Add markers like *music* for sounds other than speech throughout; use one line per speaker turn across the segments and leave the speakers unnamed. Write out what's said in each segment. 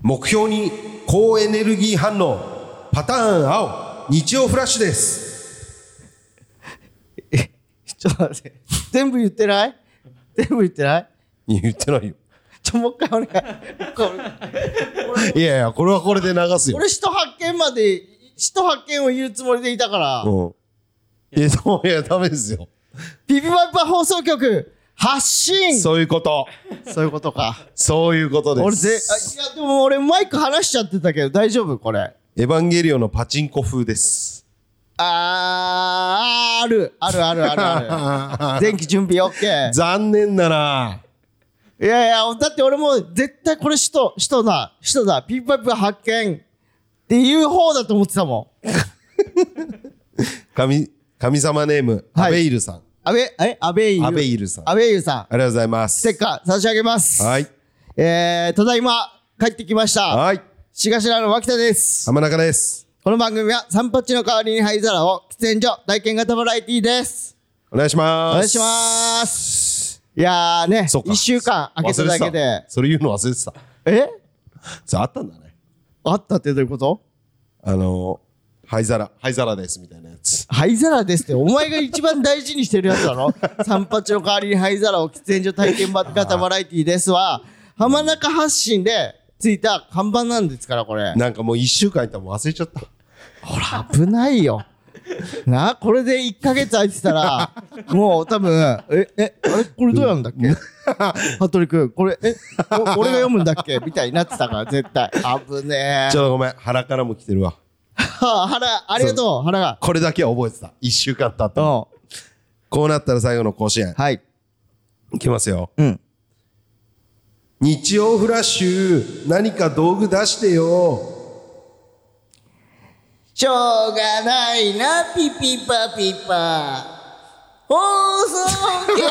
目標に高エネルギー反応パターン青日曜フラッシュです
ちょっと待って。全部言ってない全部言ってない
言ってないよ
ちょ、もう一回お願い。これ
いやいやこれはこれで流すよ、
俺、使徒発見まで、使徒発見を言うつもりでいたから、
うん、いやそういやダメですよ
ビビバッパ放送局、発信そ
そういうこと
ういうことか。
そういうことで
俺ぜ、
す
あいや、でも俺、マイク離しちゃってたけど、大丈夫これ。
エヴァンゲリオンのパチンコ風です
あー、ある。あるあるあるあ *laughs* る。電気準備
*laughs*
OK。
残念だない
やいや、だって俺もう絶対これ使徒、使徒だ、使徒だ、ピンパイプ発見っていう方だと思ってたもん。
神神様ネーム、
はい
アベイルさん
安倍、え安倍ゆ
アベイルさんあ
安倍ゆさん。
りがとうございます
ステッカー差し上げます。
はい。
えー、ただいま、帰ってきました。
はい
しがしらの脇田です。
浜中です
この番組は、三八の代わりに灰皿を、喫煙所、体験型バラエティーです。
お願いします
お願いします。いやーね、
そうか
一週間開けただけ
忘れ
で
て。たそれ言うの忘れてた
え
それあったんだね
あったってどういうこと
あの灰皿灰皿ですみたいなやつ
灰皿ですって、お前が一番大事にしてるやつだ
*laughs*
ろ三八の代わりに灰皿を喫煙所体験型バラエティーですわ。浜中発信でついた看板なんですから、これ。
なんかもう一週間いたら忘れちゃった
危ないよ。 *laughs* なあ、これで1ヶ月空いてた *laughs* ら、もう多分、え、え、あれこれどうやるんだっけ *laughs* 服部君、これ、え、お俺が読むんだっけみたいになってたから、絶対。危ね
ちょっ
*laughs* え。
とごめん腹からも来てるわ
はあ原、ありがとう、原が。
これだけは覚えてた一週間経っ
う
た
ん。
の
は
こうなったら最後の甲子園
い。
いきますよ
うん。
日曜フラッシュ何か道具出してよ
しょうがないな、ピピパピパ。放送 *laughs* 局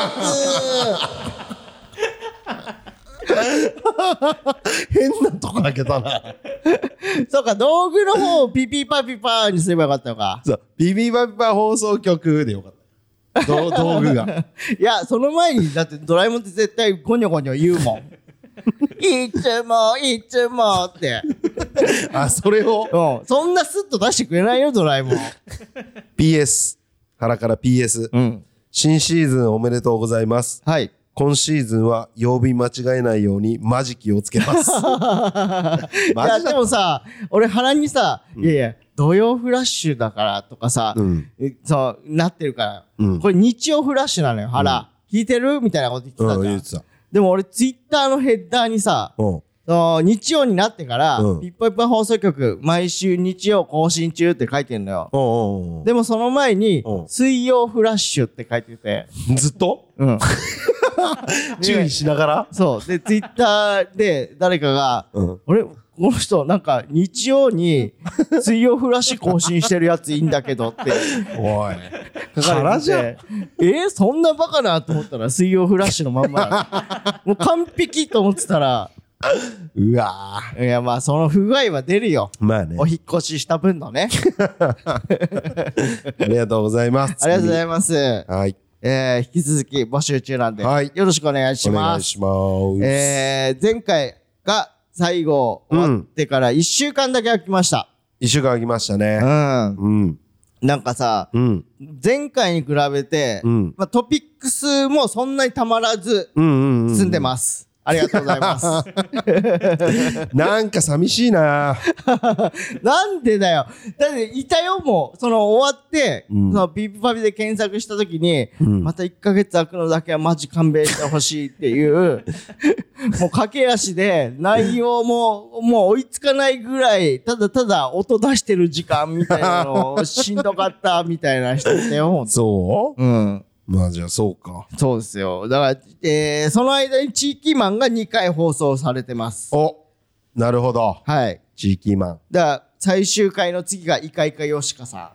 変なとこ開けたな
そうか、道具の方をピピパピパにすればよかったのか。
そうビビバビバ放送局でよかったど道具が
いや、その前に、だってドラえもんって絶対ゴニョゴニョ言う
*laughs*
もん。いつも、いつもって。
あそれ
*laughs*
を
うん。そんなスッと出してくれないよ、ドラえもん。
PS 腹から PS、
ん。
新シーズンおめでとうございます
*laughs* はい。
今シーズンは曜日間違えないようにマジ気をつけます
*laughs* い
マ
や、
ジだ
でもさ、俺腹にさ、いやいや、土曜フラッシュだからとかさ、
うん
えそう、なってるから、
うん
これ日曜フラッシュなのよ、腹。聞いてるみたいなこと言ってた
うん
じゃん。
言ってた
でも俺、ツイッターのヘッダーにさ、
うん
その日曜になってから、
うん
ピッポイッポイ放送局、毎週日曜更新中って書いてんのよ。
おうおうおう
でもその前に
う、ん
水曜フラッシュって書いてて、
ずっと
うん。
注意しながら
そう。で、ツイッターで誰かが、
うん
あれこの人、なんか日曜に水曜フラッシュ更新してるやついいんだけどって
おい
書か
腹
れて
じゃん
て、えーそんなバカなと思ったら水曜フラッシュのまんま
*laughs*
だもう完璧と思ってたら、
うわー
いやまあその不具合は出るよ。
まあね
お引っ越しした分のね。
ありがとうございます
ありがとうござ
い
います。
ますはい
えー、引き続き募集中なんで、
はい
よろしくお願いし
お願
ま
い
す。
します
えー、前回が最後終わってから1週間だけ空きました。
一週間空きましたね
うん。
うん
なんかさ、
うん
前回に比べて、
うん
まあ、トピックスもそんなにたまらず
うんうんうん
進んでます。ありがとうござい *laughs* ます。
なんか寂しいな
*laughs* なんでだよ。だって、いたよ、もう。その、終わって、
うん
その、ピープパビで検索したときに、
ん
また1ヶ月空くのだけはマジ勘弁してほしいっ
*laughs*
ていう、もう駆け足で、内容も、もう追いつかないぐらい、ただただ音出してる時間みたいなのを、しんどかった、みたいな人だよ、ほんと
そ
うん。
うまあじゃあそうか
そうですよ。だから、えー、その間に地域マンが2回放送されてます。
おなるほど
はい。
地域マン
だから、最終回の次がイカイカヨシカさん。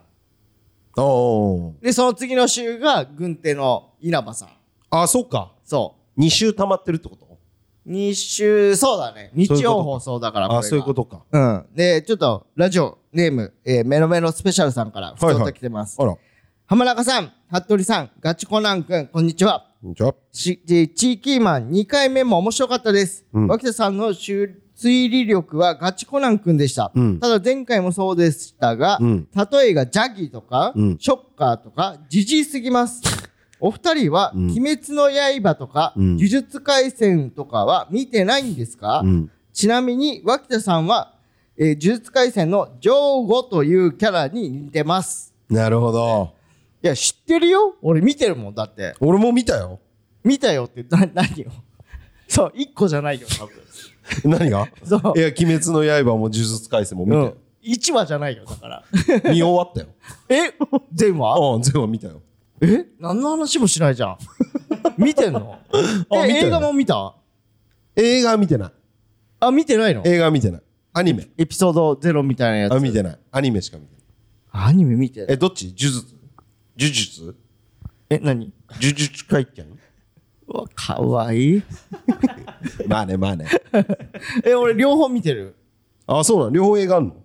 おお
で、その次の週が軍手の稲葉さん。
あそうか
そ
二週溜まってるってこと
う。2週、そうだね。日
そういうこと
曜
か
放送だから、。
あそういうこととか
うん。で、ちょっと、ラジオ、ネーム、えー、メロメロスペシャルさんから、ふ
はい
とと来てます。
あらこ
浜中さん、服部さん、ガチコナンくん、こんにちは。
んにちは
し、えー、チーキーマン2回目も面白かったです。
うん
脇田さんの収推理力はガチコナン君でした。
うん
ただ前回もそうでしたが、
うん
例えがジャギとか、
うん
ショッカーとか、じじいすぎ
*laughs*
ます。お二人は、
うん
鬼滅の刃とか、
うん
呪術廻戦とかは見てないんですか、
うん
ちなみに、脇田さんは、えー呪術廻戦のジョーゴというキャラに似てます。
なるほど。
いや、知ってるよ俺見てるもん、だって。
俺も見た *laughs* よ。
見たよって、な、何よ。 *laughs* そう、一個じゃないよ、多分。
何が
そう
いや、鬼滅の刃も呪術廻戦も見たよ。
1話じゃないよ、だ *laughs* から。
見終わったよ。
え全話
うん、全部見たよ。
え何の話もしないじ *laughs* ゃん。見てんの
あ
え
見てる
映画も見た
映画は見てない。
あ、見てないの
映画は見てない。アニメ。
エピソードゼロみたいなや
あ、
つ。
見てない。アニメしか見てない。
アニメ見て
え、
る。
どっち呪術呪術
え、何
呪術回転
うわ、かわいい。
まあね、まあね。
え、俺両方見てる。
あ、そうなん。両方映画あんの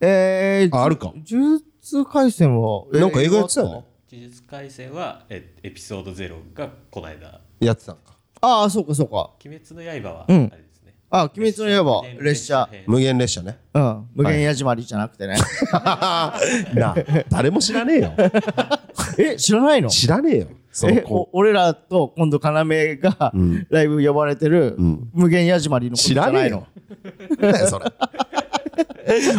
えー、
あ、あるか。
呪術廻戦は、え
なんか映画やってたよね。
呪術廻戦はえエピソード0がこの間
やってたんか。
ああ、そうかそうか。
鬼滅の刃はあ
うん
れですね、
あ、鬼滅の刃、列
列
車
車。
無限列車ね。
うん。無限矢島りじゃなくて *laughs* ね。
*laughs* なあ、誰も知らねえよ。
え、知らない *laughs* の
知らねえよ。その
え
子
お。俺らと今度要がライブ呼ばれてる無限矢島りのこと
知
じ
ら
ゃ
ね
な
え
い
よ
の。
なんだよ、それ。 *laughs*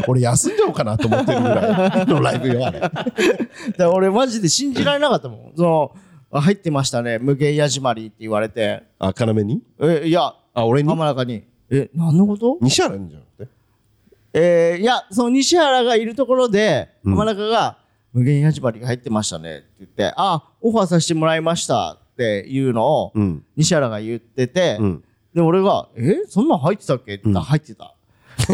俺休んじゃおうかなと思ってるぐらいのライブよ、あれ。
*laughs* だから俺マジで信じられなかっ
*laughs*
たもんそのあ入ってましたね無限矢島りって言われて
あ、要に
えいや
あ、俺に
浜中にえ何のこと
西原にじゃなくて。
えー、いやその西原がいるところで浜中が「無限矢島りが入ってましたね」って言って「あオファーさせてもらいました」っていうのを
うん
西原が言ってて、
うん
で俺が「えそんなん入ってたっけ?」って言ったら入ってた。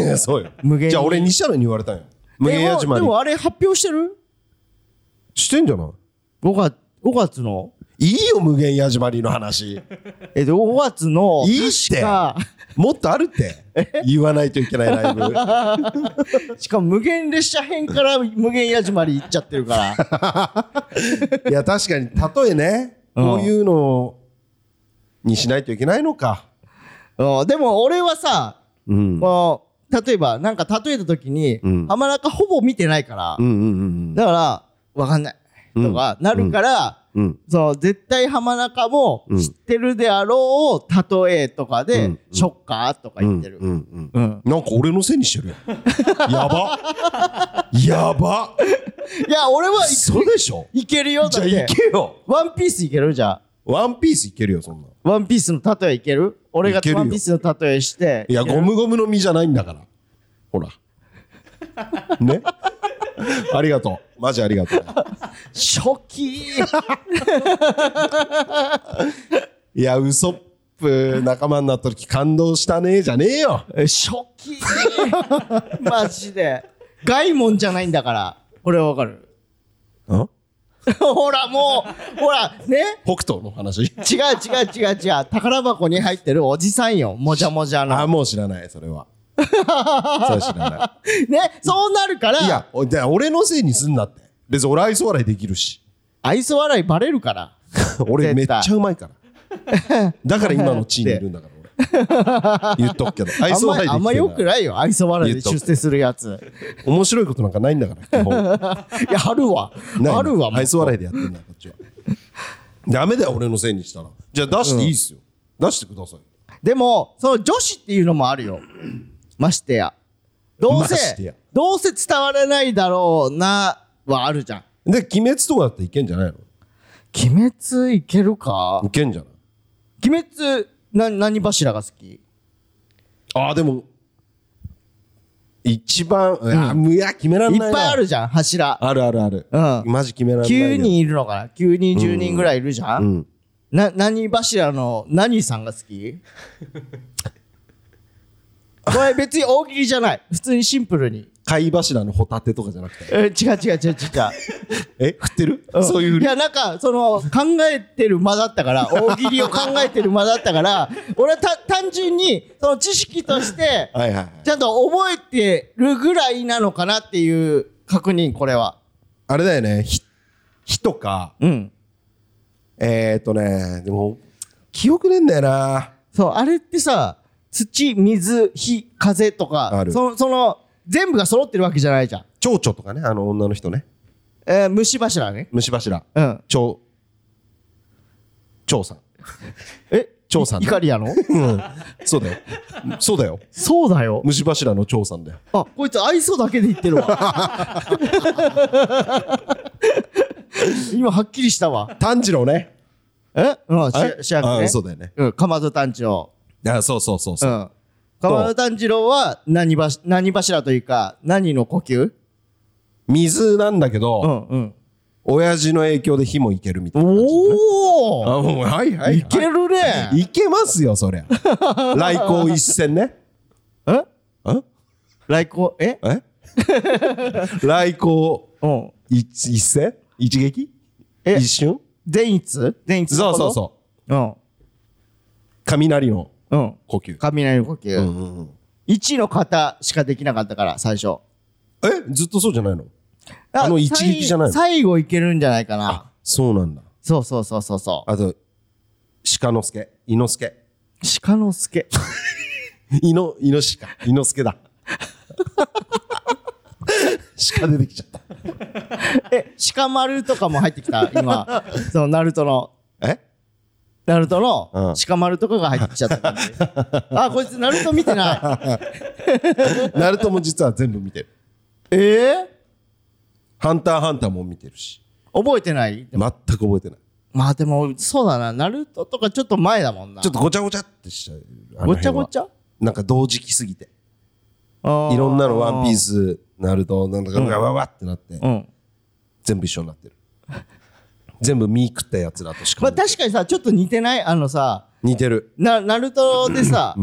い
*laughs*
やそうよ。
無限に
じゃあ俺西原に言われたんよ。無限矢島
でもで
に。
もあれ発表してる
してんじゃない
?5 月、5月の
いいよ、無限矢島にの話。
えっと、5月の、
いいって
確か、
もっとあるって。言わないといけないライブ。
*laughs* しかも無限列車編から無限矢島に行っちゃってるから。
いや、確かに、例えね、
うん
こういうのにしないといけないのか。 *laughs*
うんでも俺はさ、
うん。
こう例えば、なんか例えた時に、
ん
浜中ほぼ見てないから、
うんうんうん
だから、わかんない。とか、なるから、
うん。うん。
そう、絶対浜中も知ってるであろう、例えとかで、
うん
ショッカーとか言ってる。
うんうん
うん
なんか俺のせいにしてる *laughs* よ。やば。やば。
いや、俺はい
そうでしょ。
いけるよ、
じゃ
だっ
あ
て
い。けよ。
ワンピースいけるじゃあ。
ワンピースいけるよ、そんな。
ワンピースの例えいける俺が
いけるよ
ワンピースの例えして。
いや、ゴムゴムの実じゃないんだから。ほら。ね。ありがとう。マジありがとう。
初期
いや、ウソップ仲間になった時感動したねじゃねえよ。
初期 *laughs* マジで。外門じゃないんだから。俺はわかる。 *laughs*
ん
ほら、もう、ほら、ね
北斗の話。
違う違う違う違う。宝箱に入ってるおじさんよ。もじゃもじゃ
あ、
の。
もう知らない、それ *laughs* は。それ知らな
ね、そうなるから、
い。いや、おじゃあ俺のせいにすんなって。別に俺愛想笑いできるし。
愛想笑いバレるから。
俺めっ
絶
ちゃ
対
うまいから。
*laughs*
だから今の地位にいるんだから俺。言っとくけど。 *laughs* 愛
あん
想
ま
笑いできて
あんま良く
い。
ないよ。愛想笑い
言
で
っとく
出世するやつ。
面白いことなんかないんだから。基本
*laughs* いや、あるわ。
ない
あるわ。もう
愛想笑いでやってんだよこっちは。ダメだよ、俺のせいにしたら。じゃあ出していいっすよ。出してください。
でも、その女子っていうのもあるよ。ましてや。どう
ましてや
せ、どうせ伝わらないだろうな、はあるじゃん。
で、鬼滅とかだっていけんじゃないの
鬼滅いけるか
いけんじゃない
鬼滅、な、何柱が好き
ああ、でも、一番、いや、いや決めらん
い
な
っ
いな。
ぱいあるじゃん、柱。
あるあるある。
うん
マジ決めらんないよ。
9人いるのかな ?9 人、10人ぐらいいるじゃん、
うん。
な、何柱の何さんが好き
*laughs*
これ別に大喜利じゃない。普通にシンプルに。
貝柱のホタテとかじゃなくて。
え違う違う違う違う違う。
え振ってる
ん
そういうふう
い
に。
やなんかその考えてる間だっ
*laughs*
たから大喜利を考えてる間だったから俺はた単純にその知識として
はいはいはい。
ちゃんと覚えてるぐらいなのかなっていう確認これは
あれだよね。ひ、火とか、
うん
えーっとね、でも、記憶ねえんだよな。
そうあれってさ土、水、火、風と
あ
か、
る
その、その、全部が揃ってるわけじゃないじゃん。
蝶々とかね、あの女の人ね。
えー、虫柱ね。
虫柱。
うん。
蝶。蝶さん。
え
蝶さんね
いイカリアの
そうだよ。 *laughs* そうだよ。
そうだよ。
虫柱の蝶さんだよ。
あ、こいつ愛想だけで言ってるわ。今はっきりしたわ。
炭治郎ね。
えうん、し
あれ
主役
あ
ね。
そうだよね。
うん、かまど炭治郎。
あそうそうそう
う
そう。
ん。かまど炭治郎は何ばし、何柱というか、何の呼吸
水なんだけど、
うんうん。
親父の影響で火もいけるみたいな感じ。
おー
あ、もう、はいはい、はい。
いけるね
いけますよ、そ *laughs* りゃ。来航一戦ね。
え
ん
来航、え
え *laughs* 来航
うん。
一一戦一撃
え
一瞬
善逸善逸
そうそう
う。
そう
うん。
う。雷の
うん。
呼吸。
雷の呼
うん
吸。
うんうん、
一の型しかできなかったから、最初。
えずっとそうじゃないのあの一撃じゃないの
最最後いけるんじゃないかな。
そうなんだ。
そうそうそうそうそう。
あと、鹿之助、伊之助。
鹿之助。
伊の、伊之鹿、伊之助だ。鹿出てきちゃった。
*laughs* え、鹿丸とかも入ってきた、
*laughs*
今。その、ナルトの、
え
ナルト
うん
の鹿丸とかが入ってきちゃっ
*laughs*
た感じ。あ、こいつナルト見てない。
ナルトも実は全部見てる。
えー
ハンターハンターも見てるし。
覚えてない
全く覚えてない。
まあでも、そうだな。ナルトとかちょっと前だもんな。
ちょっとごちゃごちゃってしちゃう。あの辺は
ごちゃごちゃ
なんか同時期すぎて。
と
いろんなのワンピー。ス、ナルト、なんだかわわわってなって、
うん。
全部一緒になってる。全部見食ったやつだとしか
ま
も
あ確かにさ、ちょっと似てないあのさ、
似てる。
な、ナルトでさ、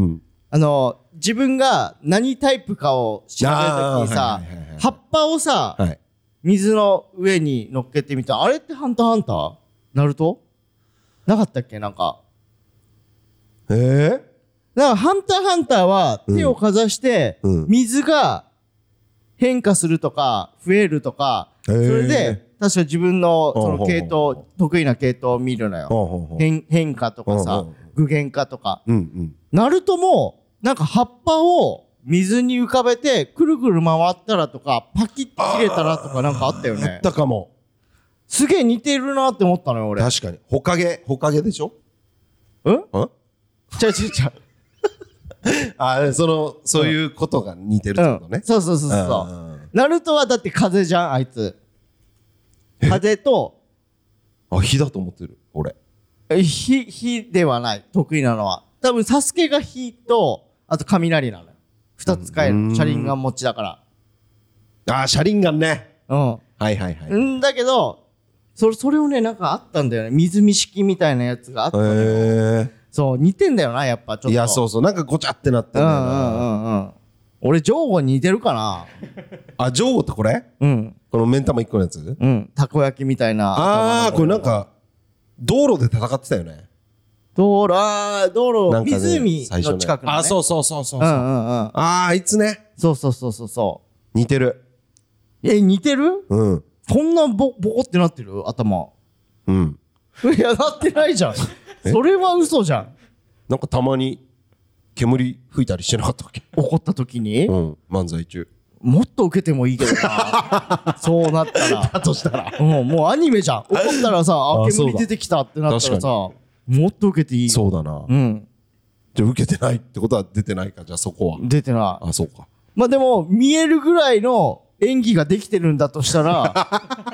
あの、自分が何タイプかを調べるときに
あーは
さ
いはいはいはい、
葉っぱをさ、
はい。
水の上に乗っけてみたあれってハンターハンターナルトなかったっけなんか。
えー、
だからハンターハンターは手をかざして
うんうん、
水が変化するとか、増えるとか、
へ
そ
ー
れで、確か自分のそ
ほ
の
うほうほう
系統、得意な系統を見るのよ。
ほうほうほう
変変化とか
ほう
さ
ほうほ、
具現化とか。
うんうん。
ナルトも、なんか葉っぱを水に浮かべて、くるくる回ったらとか、パキッて切れたらとかなんかあったよ
あ
ね
っ。たかも。
すげえ似てるなって思ったのよ、俺。
確かに。ほかげ、ほかげでしょ
うん
ん
ちゃうちゃうちゃ
あ、その、そういうことが似てるって
う
こ。と
うん
ね。
そうそうそう
うんうんう
そ
ん
う。ナルトはだって風じゃん、あいつ。風と、
あ、火だと思ってる。俺。
え火、火ではない、得意なのは。多分、サスケが火と、あと雷なのよ。二つ使える。車輪が持ちだか
あー、車輪ガンね。
ら。
はいはいはい。
うん。んだけど、それ、それをね、なんかあったんだよね。水見式みたいなやつがあったのよ。
え
そう、似てんだよな、やっぱ、ちょっと。。
ー、いや、そううそう。なんかごちゃってなってん
う
だ
ん
よな。
うんうんうん。俺、ジョーゴに似てるかな
あ、ジョーゴってこれ
うん。
この目ん玉一個のやつ
うん。たこ焼きみたいな。
ああ、これなんか、道路で戦ってたよね。
道路、あー道
なん
路、
かね
湖
最初
の
ね
近くのね。
あ、
う。
そうそうそうそう
う
そう。
んう
あ
んうん。
あ、あいつね。
そうそうそうそうそ
似てる。
う。え、似てる
うん。
こんなボ、ボコってなってる
*laughs*
頭。
うん。
いや、なってないじゃん。 *laughs* それは嘘じゃん。
なんかたまに、煙吹いたりしてなかったっけ
怒った時に、
うん。漫才中。
もっと受けてもいいけど
*laughs*
な。そうなったら。
だとしたら。
うん、もうアニ
*laughs*
メじゃん。怒ったらさ、あ、
あそう
煙
だ
出てきたってなったら
確か
さ、もっと受けていい。
そうだな
う。ん。
じゃあ受けてないってことは出てないか、じゃあそこは。
出てない。
あ、そうか。
まあでも、見えるぐらいの演技ができてるんだとした
*laughs*
ら、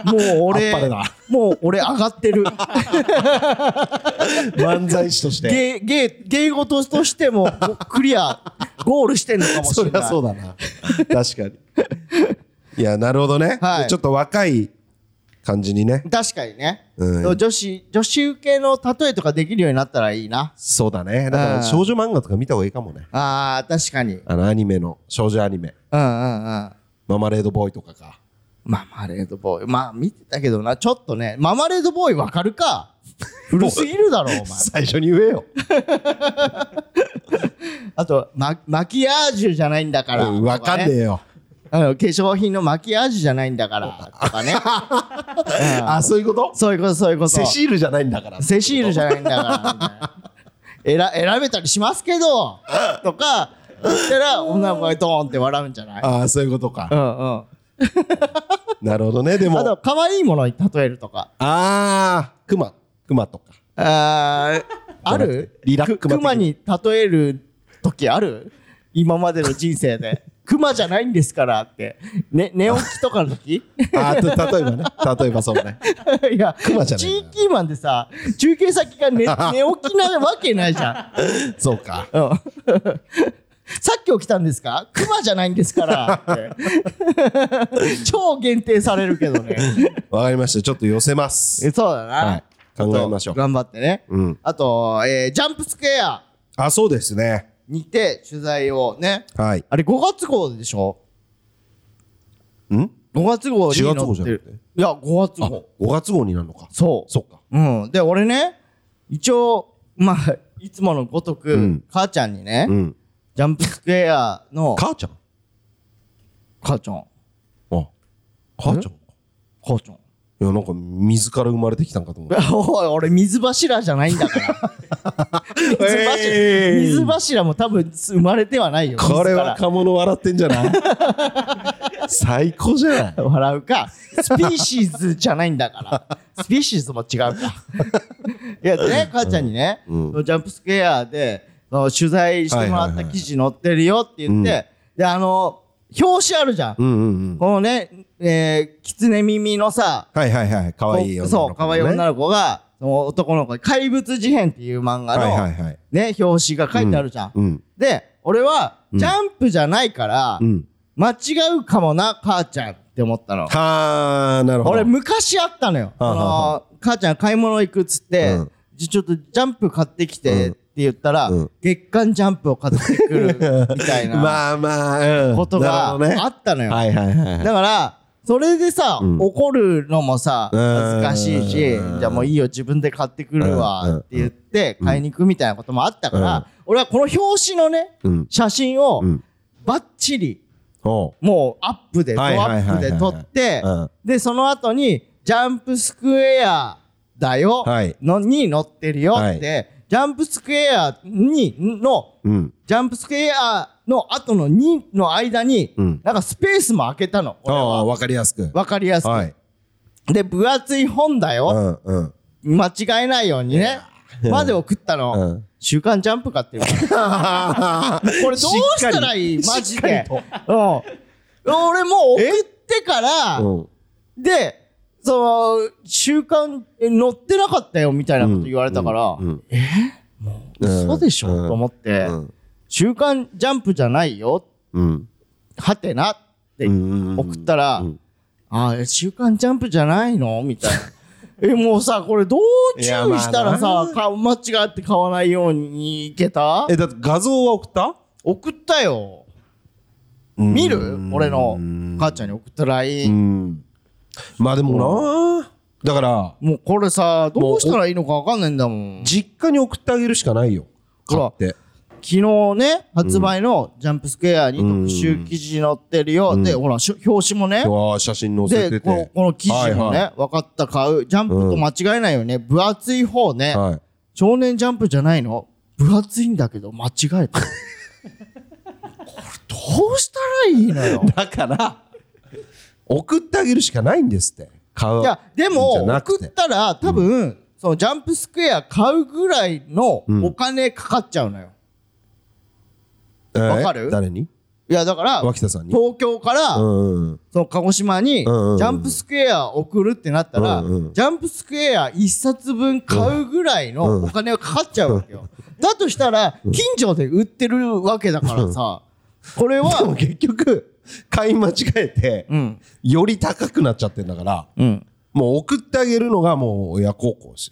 もう俺
あっぱれだ、
もう俺上がっ
*laughs*
てる。
漫才師とし。
芸、芸、芸事としてもクリア、ゴールしてんのかもし
そ
れ
り
な
ゃ
い。
そうだな。 *laughs* 確かに。いや、なるほどね。
はい
ちょっと若い感じにね。
確かにね、
うん
女子、女子受けの例えとかできるようになったらいいな。
そうだね。だから少女漫画とか見た方がいいかもね。
あー、確かに。うん
あのアニメの、少女アニメ。
うんうん。
ママレードボーイとかか。
ママレードボーイ。まあ見てたけどな、ちょっとね、ママレードボーイわかる
*laughs*
か古すぎるだろ、お前。
最初に言えよ。
あと、ママキアージュじゃないんだから。
うんわかんねえよ。
あの化粧品のマキアージュじゃないんだからとかね
*laughs* あ、そういうこと
そういうことそういうこと
セシールじゃないんだから。
セシールじゃないんだからみたいな選選べたりしますけどとか言ったら女の子がドーンって笑うんじゃない
ああそういうことか
うんうん
なるほどねでも
あと可愛いものに例えるとか
ああクマクマ *laughs* とか
あ
*laughs*
ーある
リラックマ的
クマに例える時ある今までの人生で *laughs* クマじゃないんですからって、ね、寝起きとかの
*laughs*
時
あーと例えばね例えばそうね
いや
クマじゃない
地
な
域マンでさ中継先
*laughs*
が寝寝起きなわけないじゃん
そうか
うん *laughs* さっき起きたんですかクマじゃないんですか
*laughs*
らって超限定されるけ
*laughs*
どね
わかりましたちょっと寄せます
えそうだな、
はい考えましょう
頑張ってね、
うん
あと、えージャンプスクエア
あそうですね
にて取材をね
はい
あれ5月号でしょ
ん
5月号に載
4月号
っ
じゃ
て
なく
る
て
いや5月
あ
号
5月号になるのか
そう
そっか
うん、で俺ね一応まあいつものごとく、
ん
母ちゃんにね、
うん
ジャンプスクエアの
母ちゃん
母ちゃん
あ母ちゃんか
母ちゃん
いやなんか水から生まれてきたんかと思った
おい俺水柱じゃないんだから
*laughs*
水柱,、
えい
水柱も多分生まれてはないよ
これは
水か
カモノ笑ってんじゃない *laughs* 最高じゃない
ら *laughs* 笑うかスピーシーズじゃないんだ
*laughs*
からスピーシーズも違うかいやね母ちゃんにね、そのジャンプスクエアでその取材してもらった記事載ってるよって言って、
うん
であの表紙あるじゃん、
うんうんうん
このね、えー、狐耳のさ、
はいはいはい可愛い女の子ね
そう、可愛い女の子が、その男の子に怪物事変っていう漫画の、
はいはいはい
ね、表紙が書いてあるじゃん。
うん
で、俺は、ジャンプじゃないから、
うん
間違うかもな、母ちゃんって思ったの。
はあなるほど
俺、昔あったのよ。
はあはあ
あの母ちゃん買い物行くっつって、
うん
じゃちょっとジャンプ買ってきてって言ったら、
うん
月刊ジャンプを買ってくるみたい
*laughs*
な
まあまあ、うん、
ことがあ
なるほどね
ったのよ。
はいはいはいはい
だから、それでさ、
うん
怒るのもさ、
うん
恥ずかしいし、
うん
じゃあもういいよ、自分で買ってくる
うん
わって言って、買いに行くみたいなこともあったか
うん
ら、俺はこの表紙のね、
うん
写真を
うん
バッチリ、
おう
もうアップで、ドア
はいはいはい
ッ
はい
プで撮って
うん、
で、その後に、ジャンプスクエアだよ、
はい
のに載ってるよって、ジャンプスクエアに、の、
うん
ジャンプスクエアの後の2の間に、
うん
なんかスペースも開けたの。
あ
俺は
あわかりやすく
わかりやすく。
はい
で、分厚い本だ
う
よ。 *laughs*
んうん
間違えないようにね。 *laughs* まで送ったの。
うん
週刊ジャンプ買
*laughs*
ってるから。これどうしたらいいマジで。うん。俺もう送ってから、
うん
で、その、週刊え載ってなかったよみたいなこと言われたから、
うんうん
えもう嘘でしょ、
うん
と思って、
うん
週刊ジャンプじゃないよ。
うん
はてなって
うんうんうん
送ったら、
うん
あー、え週刊ジャンプじゃないのみたいな。 *laughs* え、もうさ、これどう注意したら
いやまあ
さ、か間違って買わないようにいけた
えだって画像は送った
送ったよ。見る俺の母ちゃんに送った LINE。
うんまあでもなだから
もうこれさ、どうしたらいいのかわかんないんだもん。昨
実家に送ってあげるしかないよ
ほ
買
ら
って
日ね、発売のジャンプスクエアに特集記事載ってるよ。で、ほら、しょ表紙もね。
うわー写真載せて
でこの
て
この記事もね、
は
分かった買うジャンプと間違えないよね、分厚い方ね、
はい
少年ジャンプじゃないの分厚いんだけど間違えた *laughs* これどうしたらいいのよ
だから送ってあげるしかないんですって買う
いやで
じゃ
も
な
送
く
ってたら多分、そのジャンプスクエア買うぐらいの
ん
お金かかっちゃうのよ、
えー
わかる
誰に
いやだから
脇田さんに
東京から、
うんうん
その鹿児島にジ
うんうんうん
ャンプスクエア送るってなったら、
うんうん
ジャンプスクエア1冊分買うぐらいのお金がかかっちゃうわけよ。だとしたら、近所で売ってるわけだからさ、これ
でも
は、
結局買い間違えて
うん、
より高くなっちゃってんだから
うん。
もう送ってあげるのがもう親孝行です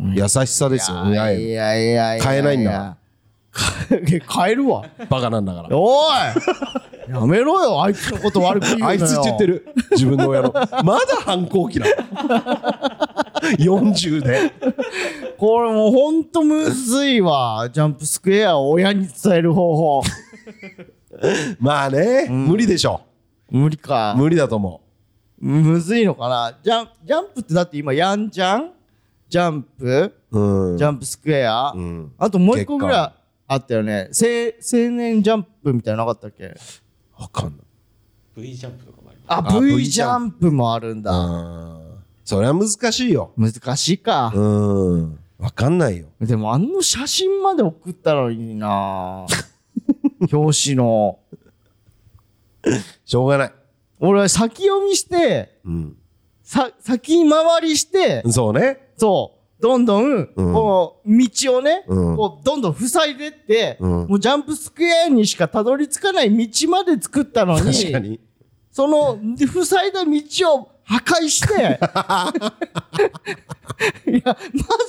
よ優しさですよ
いや
親
い
へ
やいやいや。
買えないんだわ
買。買えるわ。
のバカなんだから
おいやめろよ、あいつのこと悪く言うなよ。
あいつって言ってる自分の親のまだ反抗期なの40で
これもうほんとむずいわ。ジャンプスクエアを親に伝える方法。
まあね無理でしょ
無理か。
無理だと思
むずいのかなジャンジャンプってだって今やんじゃんジャンプ、
うん
ジャンプスクエア、
うん
あともう一個ぐ
月
らいあったよね。青青年ジャンプみたいなのなかったっけ
わかんない
V ジャンプとかもあります
あ、
あ
V
V
ジ
ジ
ャ
ャ
ンプもあるんだ。
あーそれは難しいよ
難しいか。
うんわかんないよ
でもあの写真まで送ったらいいな *laughs* 表紙の。
しょうがない
俺は先読みして、
うん
さ、先回りして、
そうね
そう、どんどん、こう、道をね、
うん
こう、どんどん塞いでって、
うん
もうジャンプスクエアにしかたどり着かない道まで作ったのに、
確かに
その、塞いだ道を破壊
*laughs*
して、いや、マ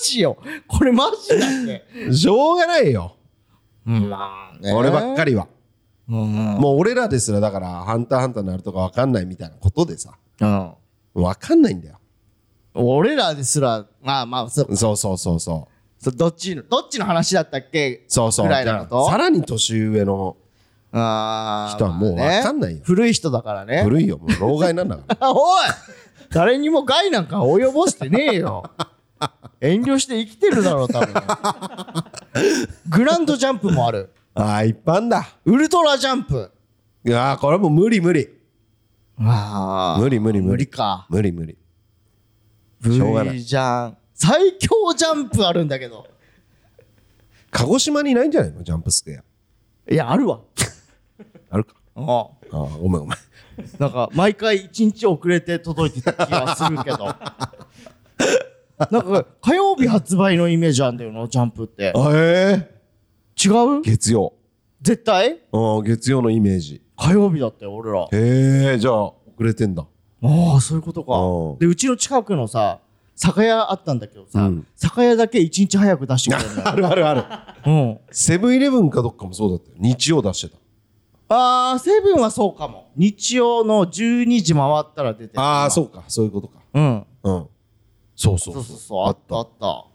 ジよ。これマジだっけ
しょうがないよ
まあね
俺ばっか
り。
りは
うん。
もう俺らですらだから「ハンターハンター」になるとかわかんないみたいなことでさ
うん
わかんないんだよ
俺らですら、まあまあ、そ、
そうそうそうそう
そどっちの、どっちの話だったっけ
そうそう
ぐらいのこと
さらに年上の
あー
人はもう
まあね
わかんないよ
古い人だからね。
古いよもう老害なんだから
おい誰にも害なんか及ぼしてねえよ。遠慮して生きてるだろう、多分。グランドジャンプもある。
*laughs* ああ一般だ
ウルトラジャンプ。
いやーこれはもう無理無理
あー
無理無理無理
無理か。
無理無理
ブ
しょうがない
イジャン。最強ジャンプあるんだけど。
鹿児島にないんじゃないのジャンプスクエア
いや、あるわ。
あるか
うん
あーごめんごめん
なんか毎回一日遅れて届いてた気がするけどなんか火曜日発売のイメージあんだよなジャンプって
あえ
違う
ー、月曜
絶対
ああ月曜のイメージ
火曜日だったよ俺ら
へえじゃあ遅れてんだ
ああそういうこと
うん
かでうちの近くのさ酒屋あったんだけどさ、
うん
酒屋だけ一日早く出してくれるのよ
*laughs* あるあるある
うん
セブンイレブンかどっかもそうだったよ日曜出してた
ああセブンはそうかも日曜の12時回ったら出て
ああ
う
そうかそういうことか
うん
うんそうそうそ
そ
うう
そうそうあったあった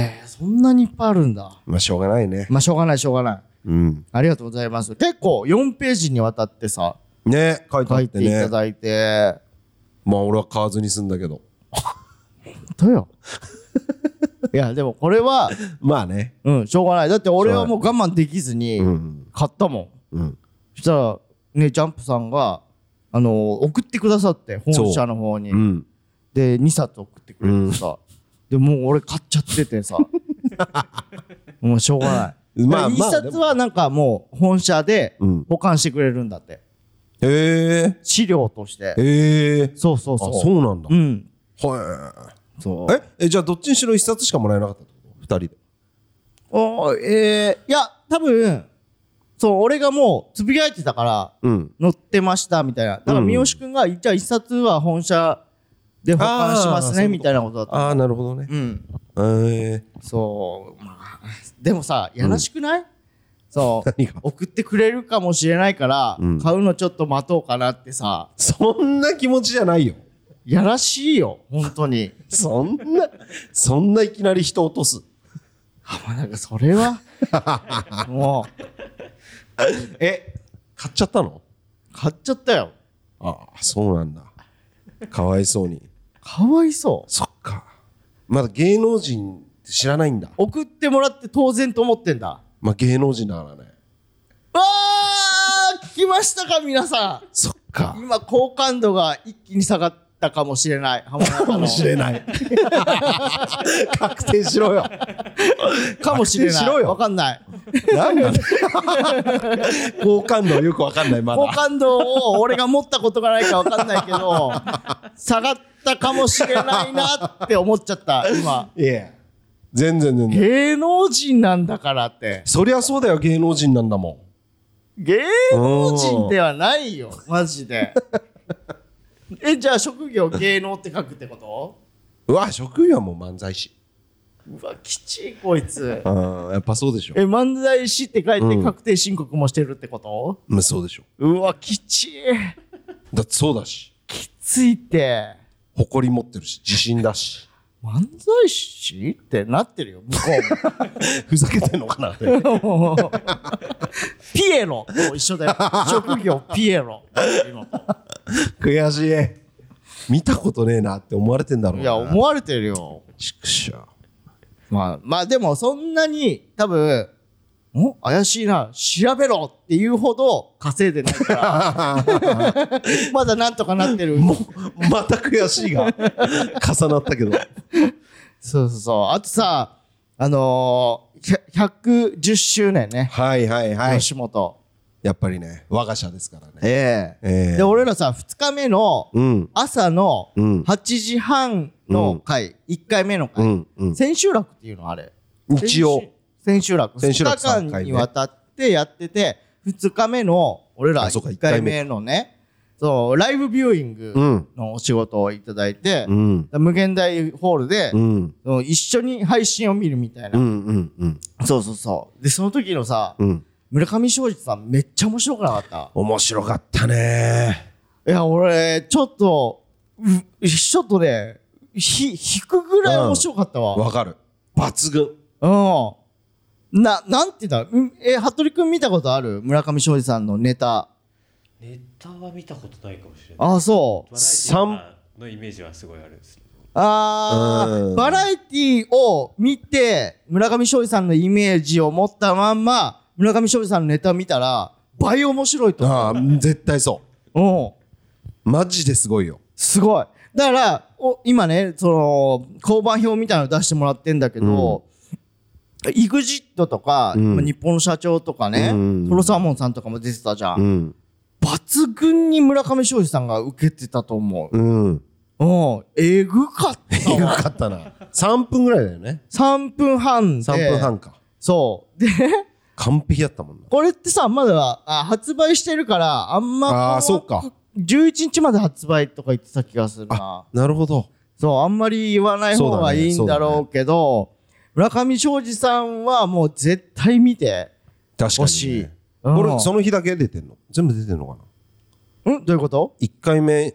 えー、そんなにいっぱいあるんだ
まあしょうがないね
まあしょうがないしょうがない
うん
ありがとうございます。結構4ページにわたってさ、
ね書いてあ
書
っ
い
て
てい
ね
ただいて。
まあ俺は買わずに済んだけど
どうよ。いや、でもこれは、
まあね
うん、しょうがない。だって俺はもう我慢できずに
うん
買ったもん。
うん
そしたら、ね、ジャンプさんが、あの送ってくださって、本社の方に
う。ん
で、2冊送ってくれてさ。で、もう俺買っちゃっ
*laughs*
ててさ。もうしょうがない。
まあ
1
まあ
冊はなんかもう本社で
うん
保管してくれるんだって。
へ
資料として
え。へえ
そうそう
あ
そう。
そうなんだ
うん。
は
そう。
いええじゃあどっちにしろ一冊しかもらえなかったってこと二人で
おーえーいや、多分、そう、俺がもう、つぶやいてたから、
うん
載ってました、みたいな。だから、
うん
三好くんが、じゃあ一冊は本社で保管します
あーそういうこと
ね、みたいなことだった。
ああなるほどね
うん。
へえ
そう、まあ、でもさ、やらしくない、そう
*laughs* 何が、
送ってくれるかもしれないから、
うん
買うのちょっと待とうかなってさ、
そんな気持ちじゃないよ
やらしいよ、本
*laughs*
当に。
そんな、そんないきなり人落とす。
あ、まあ、なんかそ
*laughs*
れは、もう、
え、買っちゃったの
買っちゃったよ。
ああ、そうなんだ。かわいそうに。
かわいそう。
そっか。まだ芸能人って知らないんだ。
送ってもらって当然と思ってんだ
まあ芸能人だからね。
わー聞きましたか皆さ
そっ
ん
か。
今好感度が一気に下がったかもしれない浜 *laughs* 中の
かもしれない。 *laughs* 確定しろよ。
かもしれ
確定
な
し
い
ろよ
わかんない
なん *laughs* なんだ好感度よくわかんない、ま
好
だ。
感度を俺が持ったことがないかわかんないけ *laughs* ど下がったかもしれないなって思っちゃった今
いや、全然全然。
*laughs* 芸能人なんだからって
そりゃそうだよ、芸能人なんだも
芸能人ではないよマジでえじゃあ職業芸能って書くってこと
ん。うわ、職業はもう漫才師。
うわきちいこいつ
うん、やっぱそうでしょ。
え漫才師って書いて
うん
確定申告もしてるってこと、
うん、そうでしょ。
うわきちい
だってそうだし。
きついって
誇り持ってるし自信だし
漫才師ってなってるよ向
ふざけてんのかな *laughs*
こうもピエロ *laughs* と一緒だよ職業ピエロっていうのと
悔しい見たことねえなって思われてんだろう
い
な
や、思われてるよ。
畜生
まあ、まあでもそんなに多分、ん怪しいな、調べろっていうほど稼いでないから、
*laughs*
まだなんとかなってる。
もうまた悔しいが重なったけど
そうそうそう。あとさ、あのー、ひゃ110周年ね、
はいはいはい
吉本。
やっぱりね我が社ですからね
ええ
ええ
で、俺らさ、2日目の
うん
朝の
うん
8時半の回、1回目の
う
回、
んうん
千秋楽っていうのあれ。
一応
千秋楽
千秋
2
楽
日間
三回ね
にわたってやってて2日目の俺ら
あそうか
1回目のねそうライブビューイン
う
グ
ん
のお仕事をいただいて
う、ん
無限大ホールで
う、ん
その一緒に配信を見るみたい
うんう
な、
んうん
そうそうそうでその時のさ、
うん
村上庄司さんめっちゃ面白くなかった
面白かったね
いや俺ちょっとうちょっとねひ引くぐらい面白かったわ、
わかる抜群
うん。な、なんて言うんだうんえ、服部くん見たことある村上庄司さんのネタ。
ネタは見たことないかもしれない
あ、そう。
バラエティーとかのイメージはすごいあるんですけど
あ
うん
ー、バラエティを見て、村上庄司さんのイメージを持ったまんま、村上庄司さんのネタ見たら、倍面白いと
ああ絶対そ
思う。うん。
うマジですごいよ
すごい。だから、お今ね、その、交番表みたいなの出してもらってんだけど、EXIT とか、
うん
今日本の社長とかね、
うん
トロサーモンさんとかも出てたじゃん。
ん
抜群に村上庄司さんが受けてたと思う。
うん
うん。えぐかった
よ
わ。
かったな3分ぐらいだよね
3分半で。
3分。半か
そう。で、
完璧だったもんな
これってさ、まだあ発売してるから、あんま。
あーそうか。
11日まで発売とか言ってた気がするな。
なるほど
そう、あんまり言わない方がいいんだろうけど、村上庄司さんはもう絶対見て。
確か
欲
に
しい
ね
うん
これその日だけ出てんの全部出てんのかなん
どういうこと
1回目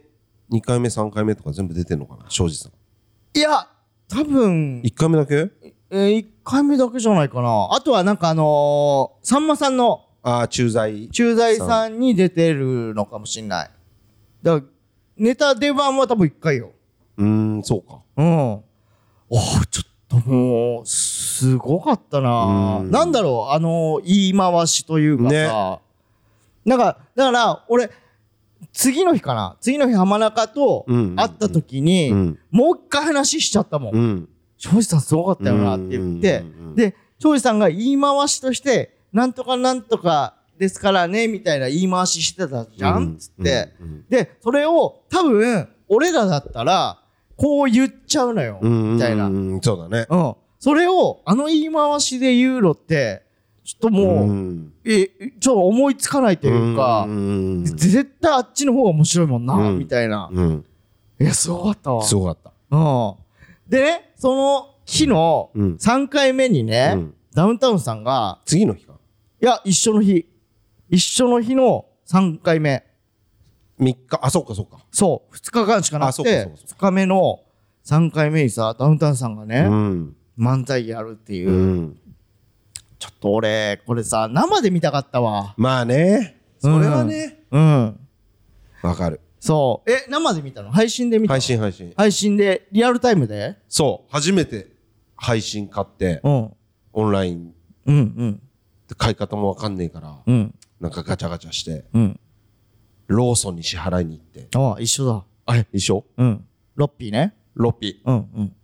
2回目3回目とか全部出てんのかな庄司さん
いや、多分、
1回目だけ
えー、1回目だけじゃないかな。あとはなんかあのー、さんまさんの、
ああ駐在
駐在さんに出てるのかもしんない。だから、ネタ出番は多分一回よ。
うーんそうか
うん。おーちょっともう、すごかったな
うん
なんだろう、あの、言い回しというかさ。なんか、だから、俺、次の日かな次の日浜中と
うんうんうん
会った時に、
うん
もう一回話しちゃったもん。
うん
庄司さんすごかったよなって言って
うんうんうんうん、
で、庄司さんが言い回しとして、なんとかなんとかですからね、みたいな言い回ししてたじゃ
うん
っつって。
うんうん
で、それを多分、俺らだったら、こう言っちゃうのよ、
うんうんうん
みたいな。う。
うんんそうだね
それを、あの言い回しで言うのって、ちょっともう、
ん
え、ちょっと思いつかないというか
う、ん
絶対あっちの方が面白いもんな、
うん
みたいな。
うん
いや、すごかったわ。
すごかった
うん。でね、その日の
うん
3回目にね、
うん
ダウンタウンさんが、
次の日か
いや、一緒の日。一緒の日の3回目。
3日あそうかそうか
そう、2日間しかな
あそ
く
うかそう
て
かそう、
2日目の3回目にさ、ダウンタウンさんがね、
ん
漫才やるっていう。
うん
ちょっと俺、これさ、生で見たかったわ。
まあねそれはね
うん。
わかる
そう。え、生で見たの配信で見たの
配信配信
配信で、リアルタイムで
そう初めて配信買って
うん。
オンライン
うんうん。
で買い方もわかんねえから
うん。
なんかガチャガチャして
うん。
ローソンに支払いに行って
ああ、一緒だ。
あれ一緒
うん。ロッピーね。
ロピ
うんうん。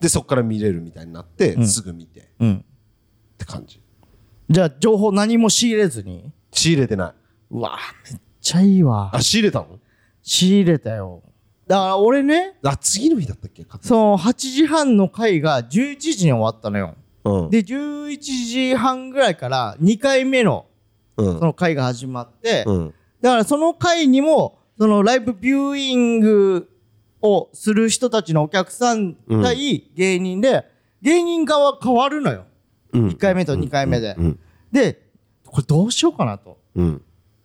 でそっから見れるみたいになって、
ん
すぐ見てっ
うん。
て感じ
じゃあ、情報何も仕入れずに
仕入れてないう
わめっちゃいいわ。
あ仕入れたの
仕入れたよ。だから、俺ね、
あ次の日だったっけ買っ
その8時半の回が11時に終わったのよ。
たうん
で、11時半ぐらいから2回目の
う
そ
ん
の回が始まって、
うん
だからその回にも、そのライブビューイングをする人たちのお客さん対芸人で、芸人側変わるのよ。
うん
1回目と2回目で。
うん
で、これどうしようかなと。
うん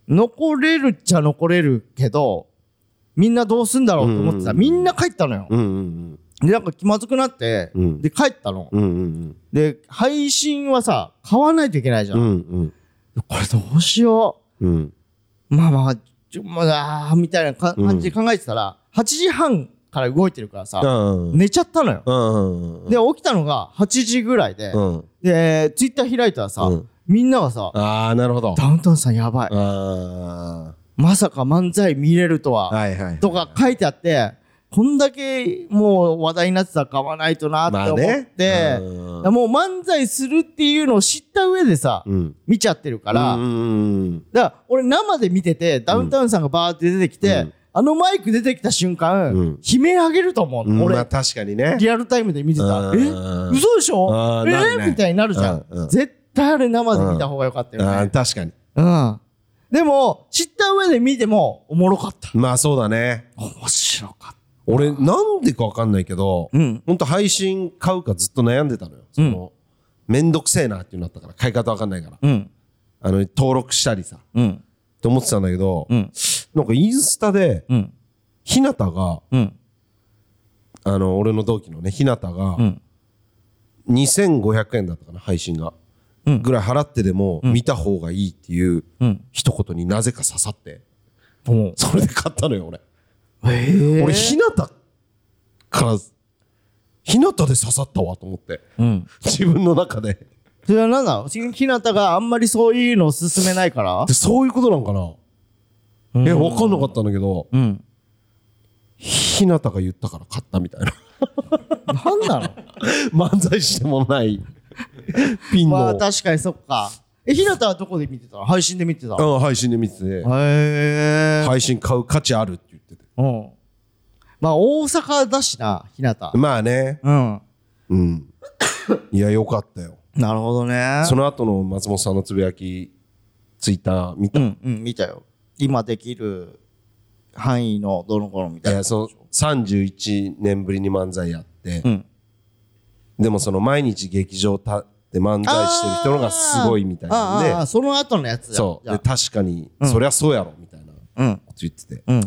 残れるっちゃ残れるけど、みんなどうすんだろうと思っ
う
て
んうんう
た。
ん
みんな帰ったのよ。
うんうん
で、なんか気まずくなって、
うん
で、帰ったの。
うんうん
で、配信はさ、買わないといけないじゃ。
うんんうん
これどうしよ
うん
う。まあまあ、ちょまだ、みたいなか
うん
感じで考えてたら、 8時半から動いてるから
う
さ、
んうん
寝ちゃったのよ。
うん
で、起きたのが8時ぐらいで、
うん
で、ツイッター開いたらさ、
うん
みんながさ、
ああなるほど
ダウンタウンさんやばい。
あ
まさか漫才見れると
あ
は、
はいはい
とか書いてあって、こんだけもう話題になってたら買わないとなって思って、
うん
もう漫才するっていうのを知った上でさ、
うん
見ちゃってるから、
うんうん
だから俺生で見ててダウンタウンさんがバーって出てきて、
うん
あのマイク出てきた瞬間、
うん
悲鳴上げると思う、
うんうんまあ
俺
確かにね
リアルタイムで見てた
う
え
ん
嘘でし
あ
ょ
ー
え
なるね
みたいになるじゃん、
うんうん
絶対あれ生で見た方が良かったよ
あー
ね
確かに
うん、でも知った上で見てもおもろかった
まあそうだね
面白かった
俺なんでかわかんないけど
うん
ほんと配信買うかずっと悩んでたのよそのめんどくせえなっていうのあったから買い方わかんないから
うん
あの登録したりさ
うん
って思ってたんだけど
うん
なんかインスタで
うん
ひなたが
うん
あの俺の同期のねひなたが
ん
2500円だったかな配信が
うん
ぐらい払ってでも見た方がいいっていう
うん
一言になぜか刺さって
も
それで買ったのよ俺
うへえ
俺ひなたからひなたで刺さったわと思って
うん
自分の中で
それはなんだひなたがあんまりそういうのを勧めないから
*laughs* でそういうことなんかなえ分かんなかったんだけど
うん
ひなたが言ったから買ったみたいな *laughs*
なんなの
漫才師でもないピン
まあ
の、
確かにそっかえひなたはどこで見てたの配信で見てたの
うん、配信で見てて
へえ
配信買う価値あるって言ってて
うんまあ大阪だしなひなた
まあね
うん
うんいやよかったよ
なるほどね
その後の松本さんのつぶやきツイッター見た
う
い
んうん見たよ今できる範囲のどの頃みたいな
やその31年ぶりに漫才やって
うん
でもその毎日劇場立って漫才してる人のがすごいみたい
あーあーあ
な
ー
んで
その後のやつだ
そう
じ
で
ゃ
確かにそりゃそうやろみたいなこ
あうん
と言ってて
うん
っ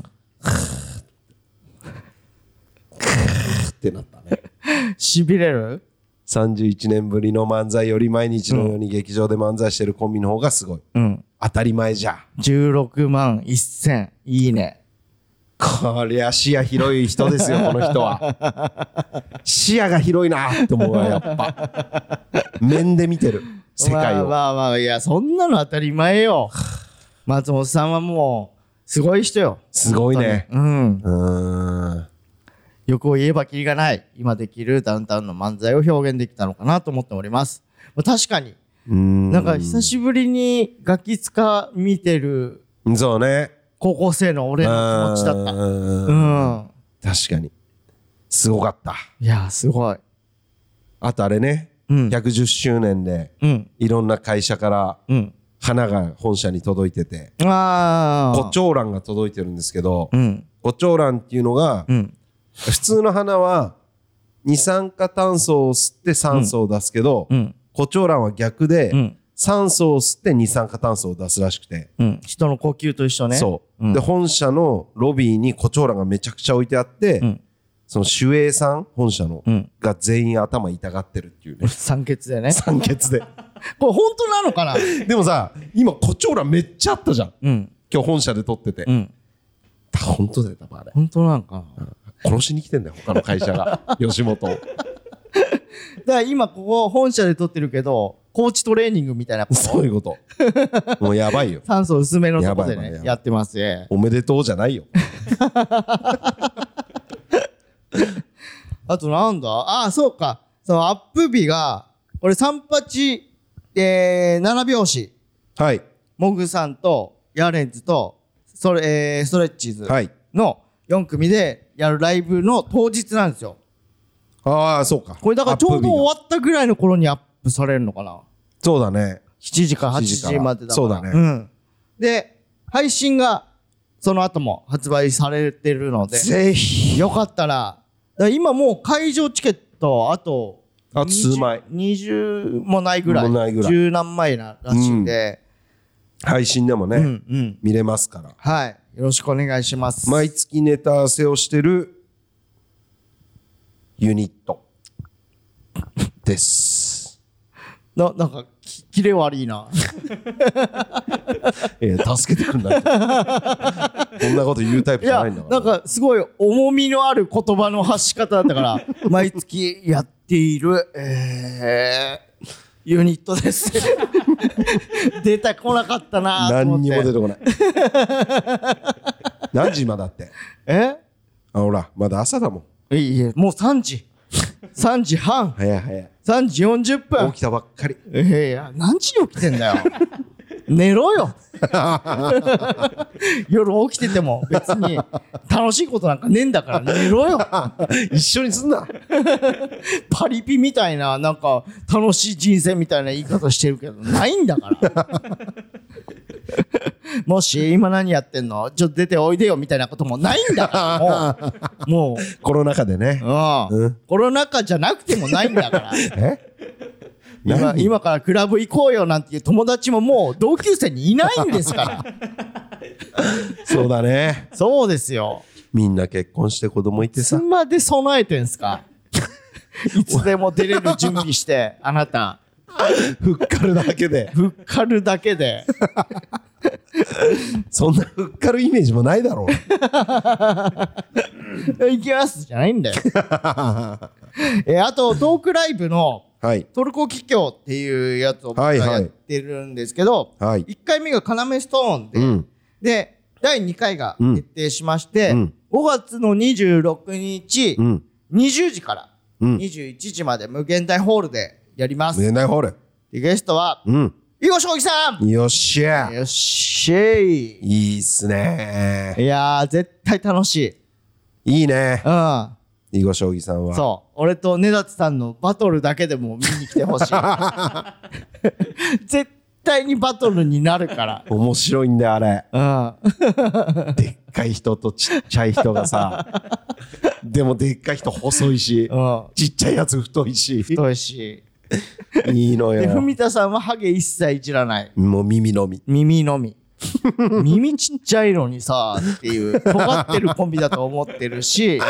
てなったね
しびれる
31年ぶりの漫才より毎日のように劇場で漫才してるコンビの方がすごい
うん
当たり前じゃ
16万1000いいね
こりゃ視野広い人です
*laughs*
よこの人は視野が広いなって思うわやっぱ面で見てる世界を
まあまあまあいやそんなの当たり前よ松本さんはもうすごい人よ
すごいね
うん
うーん
欲を言えばキリがない今できるダウンタウンの漫才を表現できたのかなと思っておりますまあ確かに
うーん
なんか久しぶりにガキ使見てる
そうね
高校生の俺の気持ちだった
うーん
うん
確かにすごかった
いやすごい
あとあれね、
うん
110周年で
うん
いろんな会社から
うん
花が本社に届いてて
ああ
胡蝶蘭が届いてるんですけど
うん
胡蝶蘭っていうのが
うん
普通の花は二酸化炭素を吸って酸素を出すけど
うん
胡蝶蘭は逆で
うん
酸素を吸って二酸化炭素を出すらしくて
うん人の呼吸と一緒ね
そうで
で
本社のロビーに胡蝶蘭がめちゃくちゃ置いてあって
うん
その守衛さん本社の
うん
が全員頭痛がってるっていうね *laughs*
酸欠でね
酸欠で
これ本当なのかな
でもさ今胡蝶蘭めっちゃあったじゃん
うん
今日本社で撮ってて
うん
本当だよ多分あれ
本当なのかなだか
殺しに来てんだよ他の会社が
*laughs*
吉本を
ら今ここ本社で撮ってるけどコーチトレーニングみたいな
*laughs* そういうこともうやばいよ
酸素薄めのとこで
やばいやばいやば
ね
い
やってますね
おめでとうじゃないよ
あとなんだああそうかそのアップ日が俺三八えー、七拍子
はい
モグさんとヤーレンズとそれ、えー、ストレッチーズ
はい
の4組でやるライブの当日なんですよ
ああそうか
これだからちょ
アッ
うど
プ日が
終わったぐらいの頃にアップされるのかな
そうだね
7時から8
7時から
時までだから
そうだね
ん、で配信がその後も発売されてるので
ぜひ
よかったらだから今もう会場チケットあと
あと数枚
20もないぐらい
もないぐらい
十何枚ならしいんで、
配信でもね、
うん、うん
見れますから
はいよろしくお願いします
毎月ネタ合わせをしてるユニット *laughs* です
ななんかきキレ悪いな
えー助けてくんないとこんなこと言うタイプ
い
じゃ
や
ないんだから
なんかすごい重みのある言葉の発し方だったから
*laughs*
毎月やっている、えーユニットです *laughs* 出たこなかったなと思
何
って
にも出てこない *laughs* 何時今だってあほらまだ朝だもん
えいいえもう3時3時半
早い早い
3時40分
起きたばっかり
いやいや何時に起きてんだよ寝ろよ *laughs* 夜起きてても別に楽しいことなんかねえんだから寝ろよ
一緒にすんな
パリピみたいな、なんか、楽しい人生みたいな言い方してるけど、ないんだから。もし、今何やってんのちょっと出ておいでよみたいなこともないんだから、もう。もう
コロナ禍でね
うん
うん
コロナ禍じゃなくてもないんだから
え
今
何
今からクラブ行こうよなんていう友達ももう同級生にいないんですから
そうだね
*laughs* そうですよ
みんな結婚して子供いて
いつ
さ
まで備えてんすか *laughs* いつでも出れる準備してあなた
ふっかるだけで
ふっかるだけ *laughs* で
そんなふっかるイメージもないだろう
行きますじゃないん *laughs* だよ。えーあと、トークライブの
はい
トルコキキョっていうやつを僕は
はいはい
やってるんですけど、
はい
1回目が要ストーンで、
うん
で、第2回が
うん
決定しまして、
うん
5月の26日、
うん
20時から
うん
21時まで無限大ホールでやります。
無限大ホール
でゲストは、
う
囲碁将棋さん
んよっしゃ
よっしゃい。
いいっすね
いやー、絶対楽しい。
いいね
うん。
囲碁将棋さんは
そう俺と根立さんのバトルだけでも見に来て *laughs* ほしい絶対にバトルになるから
面白いんだよあれ
うん
でっかい人とちっちゃい人が *laughs* さでもでっかい人細いし
うん
ちっちゃいやつ太いし
太いし
いいの
で
よ
文田さんはハゲ一切いじらない
もう耳のみ
耳の *laughs* み耳ちっちゃいのにさっていう尖ってるコンビだと思ってるし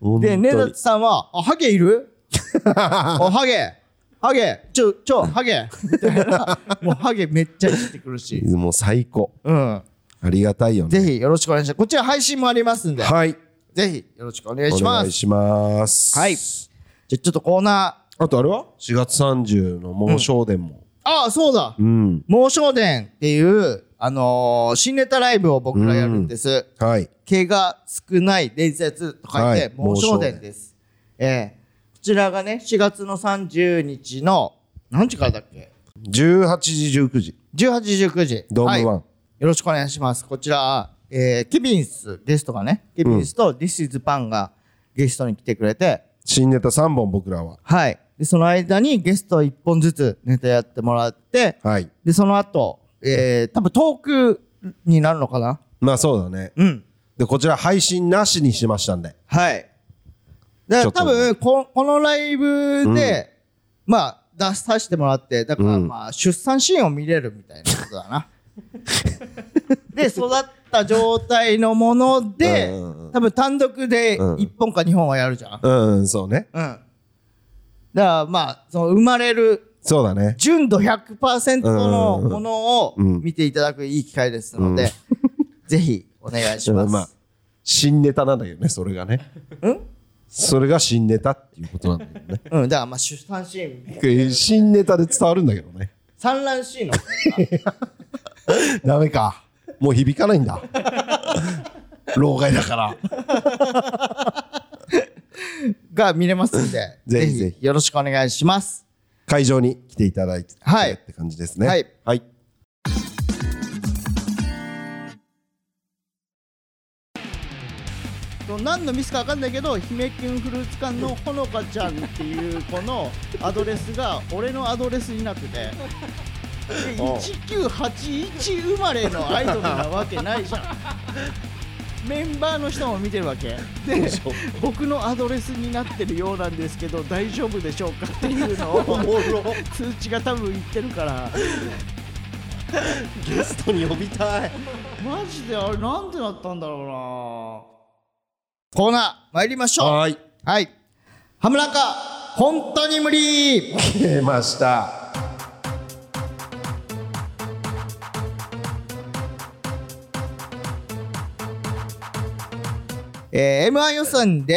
本当
で
に
根立さんは「あハゲいる
*laughs*
おハゲハゲちょちょハゲ」みたいなもうハゲめっちゃいじってくるし
もう最高
うん
ありがたいよ
ぜ
ね
ひよろしくお願いします。こちら配信もありますんで、
はい
ぜひよろしくお願い
お
しま
願
す。
いします
はい。じゃあちょっとコーナー。
あとあれは4月30の猛暑伝も
ああ、そうだ。
うん
猛暑伝っていう、あのー新ネタライブを僕らやるんです。
はい
毛が少ない伝説と書い
は
て
い、
猛暑伝です。ええこちらがね、4月の30日の、何時からだっけ
18時19時
?18 時、19時。
ドームワ
はい
ン
よろしくお願いします。こちら、えー、ケビンス、ゲストがね、ケビンスと This is Pan がゲストに来てくれて、
新ネタ3本僕らは
はい。で、その間にゲスト1本ずつネタやってもらって、
はい
で、その後、えー、多分トークになるのかな
まあそうだね
うん。
でこちら配信なしにしましたんで
はい。だ
ち
か
ょ
ら
っと
多分こ、このライブで、まあ、出させてもらって、だから
うん
まあ、出産シーンを見れるみたいなこと
*laughs*
だな。で、育った状態のもので
うんうんう、
多分単独で
うん
1本か2本はやるじゃん。うん。だか
うんうんそうね
らまあ、その生まれる
そうだね
純度100%のものを
うん
見ていただくいい機会ですので、ぜひお願いします。
まあ新ネタなんだけどねそれがね
うん
それが新ネタっていうことなんだけどね
うん、だからまあ出産シーン、
これ *laughs* 新ネタで伝わるんだけどね
産卵シーンの。
ダメかもう響かない *laughs* んだ老害だから
が見れますんで、
*laughs* ぜ
ぜ
ひぜ
ひよろしくお願いします。
会場に来ていただいて、
はい
って感じですね
はい、何のミスか分かんないけど、姫キュンフルーツ館のほのかちゃんっていう子のアドレスが俺のアドレスになってて、で
おう
1981生まれのアイドルなわけないじゃん。メンバーの人も見てるわけで僕のアドレスになってるようなんですけど大丈夫でしょうかっていうのを通知が多分言ってるから
ゲストに呼びたい
マジであれなんでなったんだろうなコーナー参りましょうは
はーい
い、はい、ハムラカ本当に無理
出ました
えー M1 予算で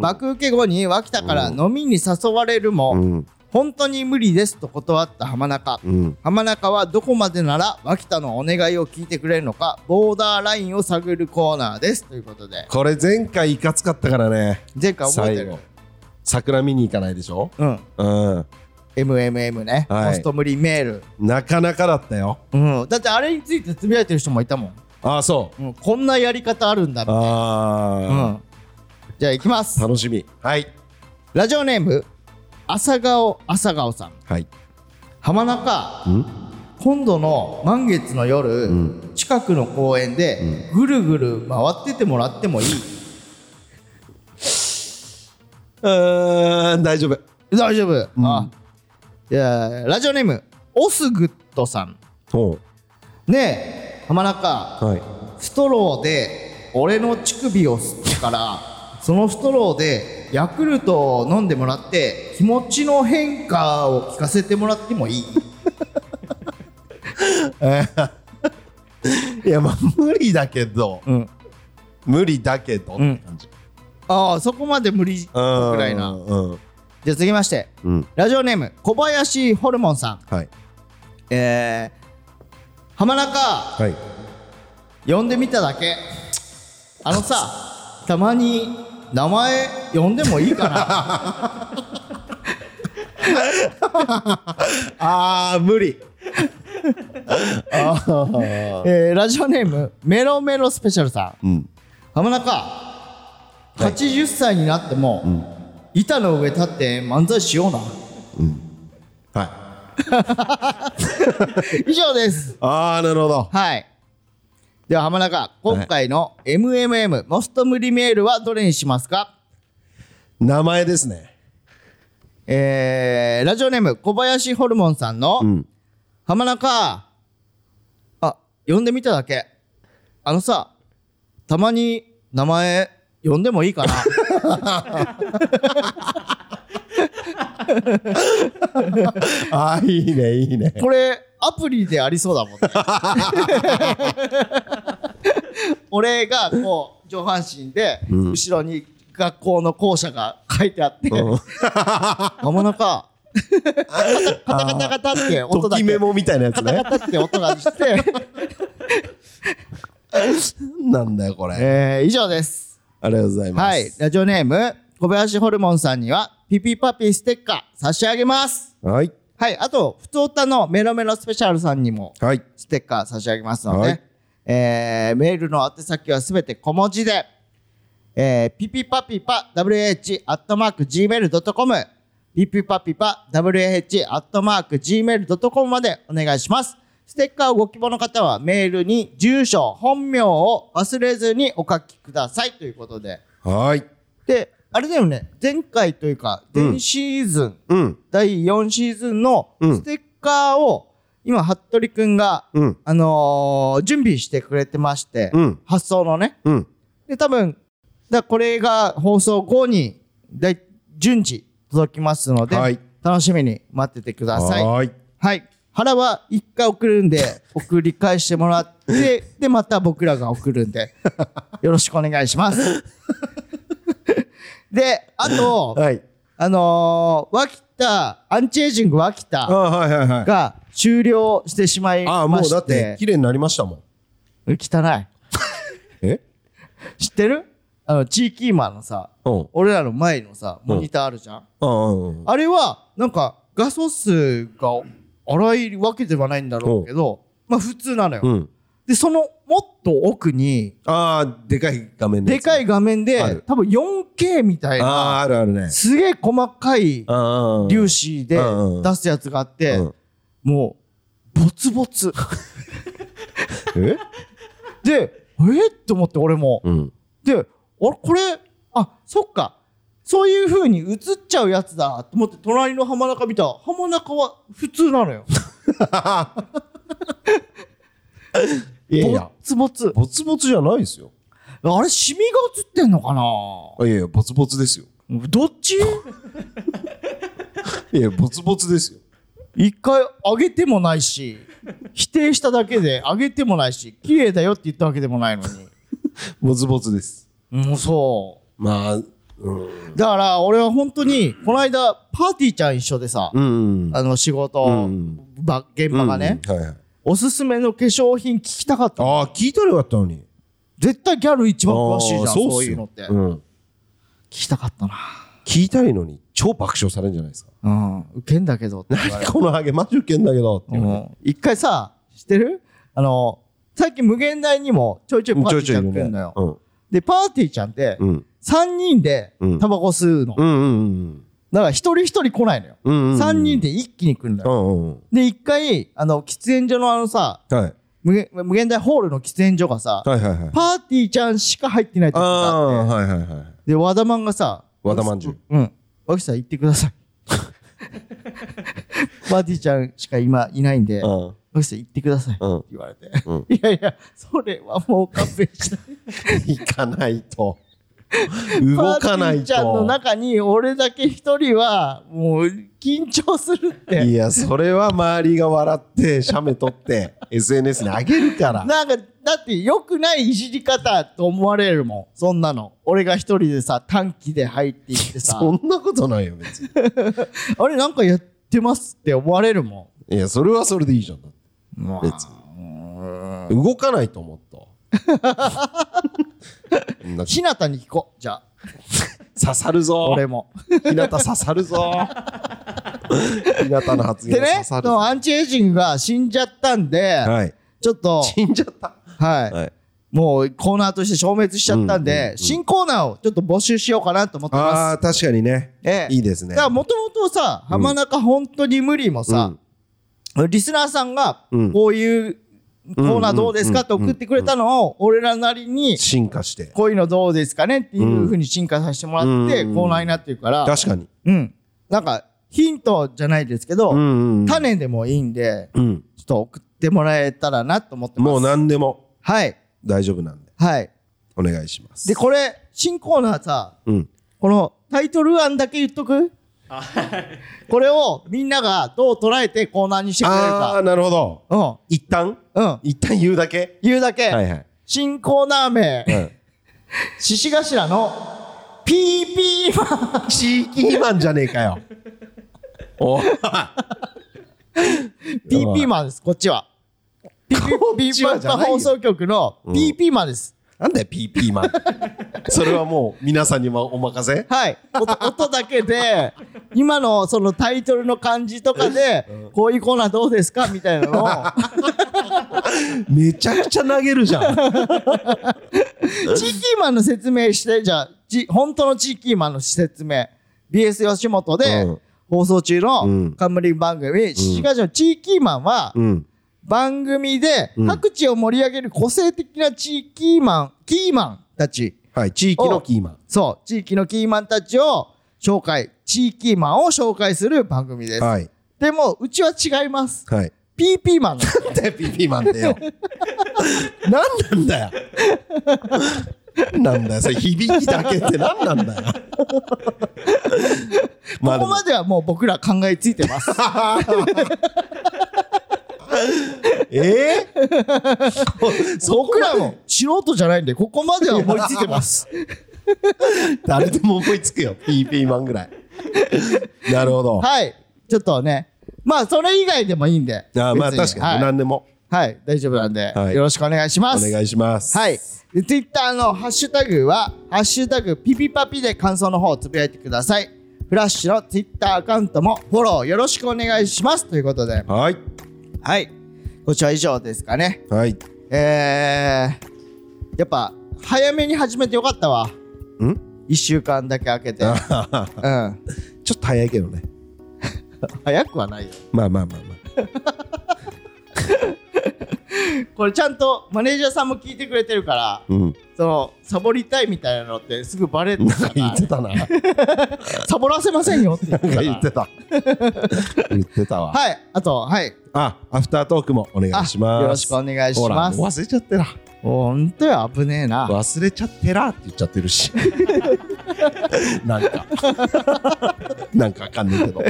爆受け後に脇田から飲みに誘われるも、
うん
本当に無理ですと断った浜中、
うん
浜中はどこまでなら脇田のお願いを聞いてくれるのかボーダーラインを探るコーナーですということで
これ前回いかつかったからね
前回覚えて
最
る
後桜見に行かないでしょ
うん
うん
MMM ね、
はい
ホスト無理メール、
なかなかだったよ
うん、だってあれについてつぶやいてる人もいたもん、
ああそう
うん、こんなやり方あるんだみたいなう
あ
ん、じゃあ行きます
あ楽しみはい
ラジオネーム朝顔朝顔さん
はい
浜中今度の満月の夜、近くの公園でぐるぐる回っててもらってもいい、
うーん大丈夫
大丈夫、あいやラジオネームオスグッドさん
ほ
ねえ浜中
うはい
ストローで俺の乳首を吸ってからそのストローでヤクルトを飲んでもらって気持ちの変化を聞かせてもらってもいい
いやまあ無理だけど
うん
無理だけどって感じ
ああそこまで無理く
うん
らいな
うん
じゃあ続きまして
うん
ラジオネーム小林ホルモンさん
はい
えー、浜中
はい
呼んでみただけあのさたまに名前呼んでもいいかな
ああ無理
えー、ラジオネームメロメロスペシャルさん
うん
浜中80歳になっても、板の上立って漫才しよう
*laughs*
な
はい
以上です
ああなるほど
はいでは浜中今回の MMM モスト無理メールはどれにしますか
名前ですね
えー、ラジオネーム小林ホルモンさんの、
ん
浜中あ呼んでみただけあのさたまに名前呼んでもいいかな
ああいいねいいね
これアプリでありそうだも
*laughs*
んね俺がこう上半身で、後ろに学校の校舎が書いてあって、浜中カタカタカタって音
と
だ
き
け
メモみたいなやつね *laughs*
カタって音がして、
なんだよこれあ
えー以上です。
りがとうございま
はい
す、
ラジオネーム、小林ホルモンさんには、ピピパピステッカー差し上げます。
はい
はい、あと、ふつおたのメロメロスペシャルさんにも、
はい
ステッカー差し上げますので、
はい
えーメールの宛先はすべて小文字で、えー、ピピパピパ wh.gmail.com ピピパピパ wh.gmail.com までお願いします。ステッカーをご希望の方はメールに住所、本名を忘れずにお書きくださいということで。
はい
で、あれだよね、前回というか、前シーズン、
うん
第4シーズンの
うん
ステッカーを、今、服部くんが、
うん
あのー準備してくれてまして、
うん
発送のね。
うん
で、多分、だこれが放送後に、だい順次届きますので、
はい
楽しみに待っててください。
はーい
はい。原は一回送る
*laughs*
んで、送り返してもらって、で、また僕らが送るんで、よろしくお願い
*laughs*
します。で、あと、
はい
あのー、脇田、アンチエイジング脇
あ
田
ーはいはいはい
が終了してしまい
ああも
ま
うだ
し
って
て、
綺麗になりましたもん
汚
え
い。知ってるあの、チーキーマンのさ、
うん
俺らの前のさ、モニターあるじゃん。
うんうん
あれは、なんか、画素数が荒いわけではないんだろうけど、まあ普通なのよ。
うん
で、そのもっと奥に、
ああでかい画面
でかい
い
画面
あ
で
る、
多分 4K みたい
ああ
な、
あるあるね
すげえ細かい
ああ
粒子で
うんうん
出すやつがあって
うん、
もう、ボツボツ。
え
で、えっと思って俺も。
うん
で、あれこれ、あ、そっか。そういう風に映っちゃうやつだと思って隣の浜中見たら浜中は普通なのよ。
いやい
ボ
や
ツボツ。
ボツボツじゃないですよ
あれ、シミが映ってんのかな
あいやいやボツボツですよ
どっち
いやボツボツですよ
一回上げてもないし、否定しただけで上げてもないし、綺麗だよって言ったわけでもないのに。
ボツボツです
もうそ
まあ、うん。
う。だから俺は本当に、この間、パーティーちゃん一緒でさ、
うん。
あの仕事、
うん
ば現場がね、
うんはいはい。
おすすめの化粧品聞きたかったの。
ああ、聞いたらよかったのに。
絶対ギャル一番詳しいじゃん、
あー
そう
っすよ
いうのって、聞
うん。
きたかったな。
聞いたらいいのに、超爆笑されるんじゃないですか。
うん、受けんだけど
*laughs*
って言われ
何このハゲ、マジウケんだけどって
て。
いう。
うん一回さ、知ってるあの、最近無限大にもちょいちょいパーティーちゃん来るのよ。
うん。
で、パーティーちゃんって、
うん。
3人で
うん
タバコ吸うの。
うんうん
だから一人一人来ないのよ。
うん。うん。
3人で一気に来るの
う
よ。
んうん
で、一回、あの、喫煙所のあのさ、
うん。はい。
無限無限大ホールの喫煙所がさ、
はいはいはい。
パーティーちゃんしか入ってないと
あ
こがあ
あ、
って、
はいはいはい。
で、和田マンがさ、
和田まんじゅう
うん。脇さん行ってください。 *laughs* パーティーちゃんしか今いないんで、
うん。
脇さん行ってください。
うん。
言われて。
うん
いやいや、それはもう勘弁した。
*laughs* 行かない
*laughs*
と。動かな
パーティー
い
ちゃんの
と。
中に俺だけ一人は、もう緊張するって。
いや、それは周りが笑って、写メ撮
*laughs*
って、SNS に上げるから。
なんか、だって良くないいじり方と思われるもん。そんなの。俺が一人でさ、短期で入っていってさ、
そんなことないよ、別に。
あれなんかやってますって思われるも
いや、それはそれでいいじゃん。だって
ん。ま
別に。動かないと思
*laughs*
った。こんな
ひなたに聞こう。じゃあ、
刺さるぞ。
俺も。
日向刺さる
*laughs*
ぞ。日向の発言
で
が
ね
刺、さる
そ
ぞ。
のアンチエイジングが死んじゃったんで、
はい。
ちょ
*laughs*
っと、
死んじゃった。
はい、
はい。
もうコーナーとして消滅しちゃったんで、
うんうんうん
新コーナーをちょっと募集しようかなと思ってます。
ああ、確かにね。
ええ
いいですね
だ。からもともとさ、浜中本当に無理もさ、リスナーさんが
うん
こういうコーナーどうですかって送ってくれたのを、俺らなりに、
進化して。
こういうのどうですかねっていうふうに進化させてもらって、
うん
コーナーになってるから、
確かに。
うん。なんか、ヒントじゃないですけど、
んんん
種でもいいんで、
うん。
ちょっと送ってもらえたらなと思ってます。
もう何でも
はい。
大丈夫なんで、
はい。
お願いします。
で、これ、新コーナーさ、
うん。
このタイトル案だけ言っとくこれをみんながどう捉えてコーナーにしてくれる
ああー、
か。
なるほど。
うん。
一旦
うん。
一旦言うだけ
言うだけ。
はいはい。
新コーナー
う
名、
ん。
獅子頭の PP マン。
地域肥満じゃねえかよ。おい
PP マンです、こっちは。PP
ち
マ
は
ン
じゃないよ
放送局の PP マンです。
なんだよ、PP マン。それはもう皆さんにお任せ
はい。音音だ
*laughs*
けで、今のそのタイトルの感じとかで、こういうコーナーどうですかみたい
*laughs*
なのを、
めちゃくちゃ投げるじゃん。
チーキーマンの説明して、じゃあ、ち本当のチーキーマンの説明。BS 吉本で
うん
放送中
う
の
ん
冠番組、しかしのチーキーマンは、
うん。
番組で
うん
各地を盛り上げる個性的なチーキーマン、キーマンたち。
はい、地域のキーマン。
そう、地域のキーマンたちを紹介、地域キーマンを紹介する番組です。
はい。
でも、うちは違います。
はい。
PP マンなんです
なんだよ、PP マンだよ。なんなんだよ。なんだよ、それ響きだけって何なんだよ。 *laughs* まあ
ここまではもう僕ら考えつい
*laughs*
てます。
ええ
僕らも素人じゃないんで、ここまでは思いついてます。
誰でも思いつくよ、PP マンぐらい。なるほど。
はい。ちょっとね。まあ、それ以外でもいいんで。
あーまあ
別
確かに、
はい。
何でも
はい大丈夫なんで、
はい
よろしくお願いしま
お
す。
願いします。
はい。で、ツイッターのハッシュタグは、ハッシュタグピピパピで感想の方をつぶやいてください。フラッシュのツイッターアカウントもフォローよろしくお願いします。ということで、
はい。
はい。こちら以上ですかね。
はい。 *laughs*
えー、やっぱ、早めに始めてよかったわ。
ん
1週間だけ開けて。うん。早
ちょっと早いけどね。
くはないよ。
まあまあまあま
これちゃんとマネージャーさんも聞いてくれてるから、
あ。うん。
そのサボりたいみたいなのってすぐバレて
なん
た
か
か
言
ら
ってたな。なんか
サボらせませんよって言ってたから
言って
*laughs*
た。言ってたわ。
はいあとはい
あ、アフタートークもお願
あ
いします。
よろしくお願いし
ほら、
ます
もう忘れちゃってら。
ほんとよ危ねえな
忘れちゃってらって言っちゃってる
*laughs*
し。なんか。 *laughs* なんかわかんないけど。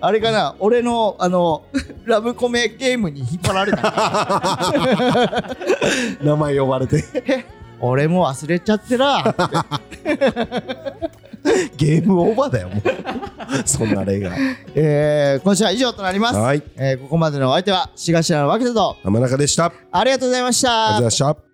あれかな俺のあのラブコ
*laughs*
メゲームに引っ張られた
名前呼ばれて。
え俺も忘れちゃってら
ゲームオーバーだよ、もう。 *laughs* そんな例が。
えー今週は以上となります、
はい
えーここまでのお相手は志頭の脇田と
浜中でした。あり
ありがとうございました
がとうございました。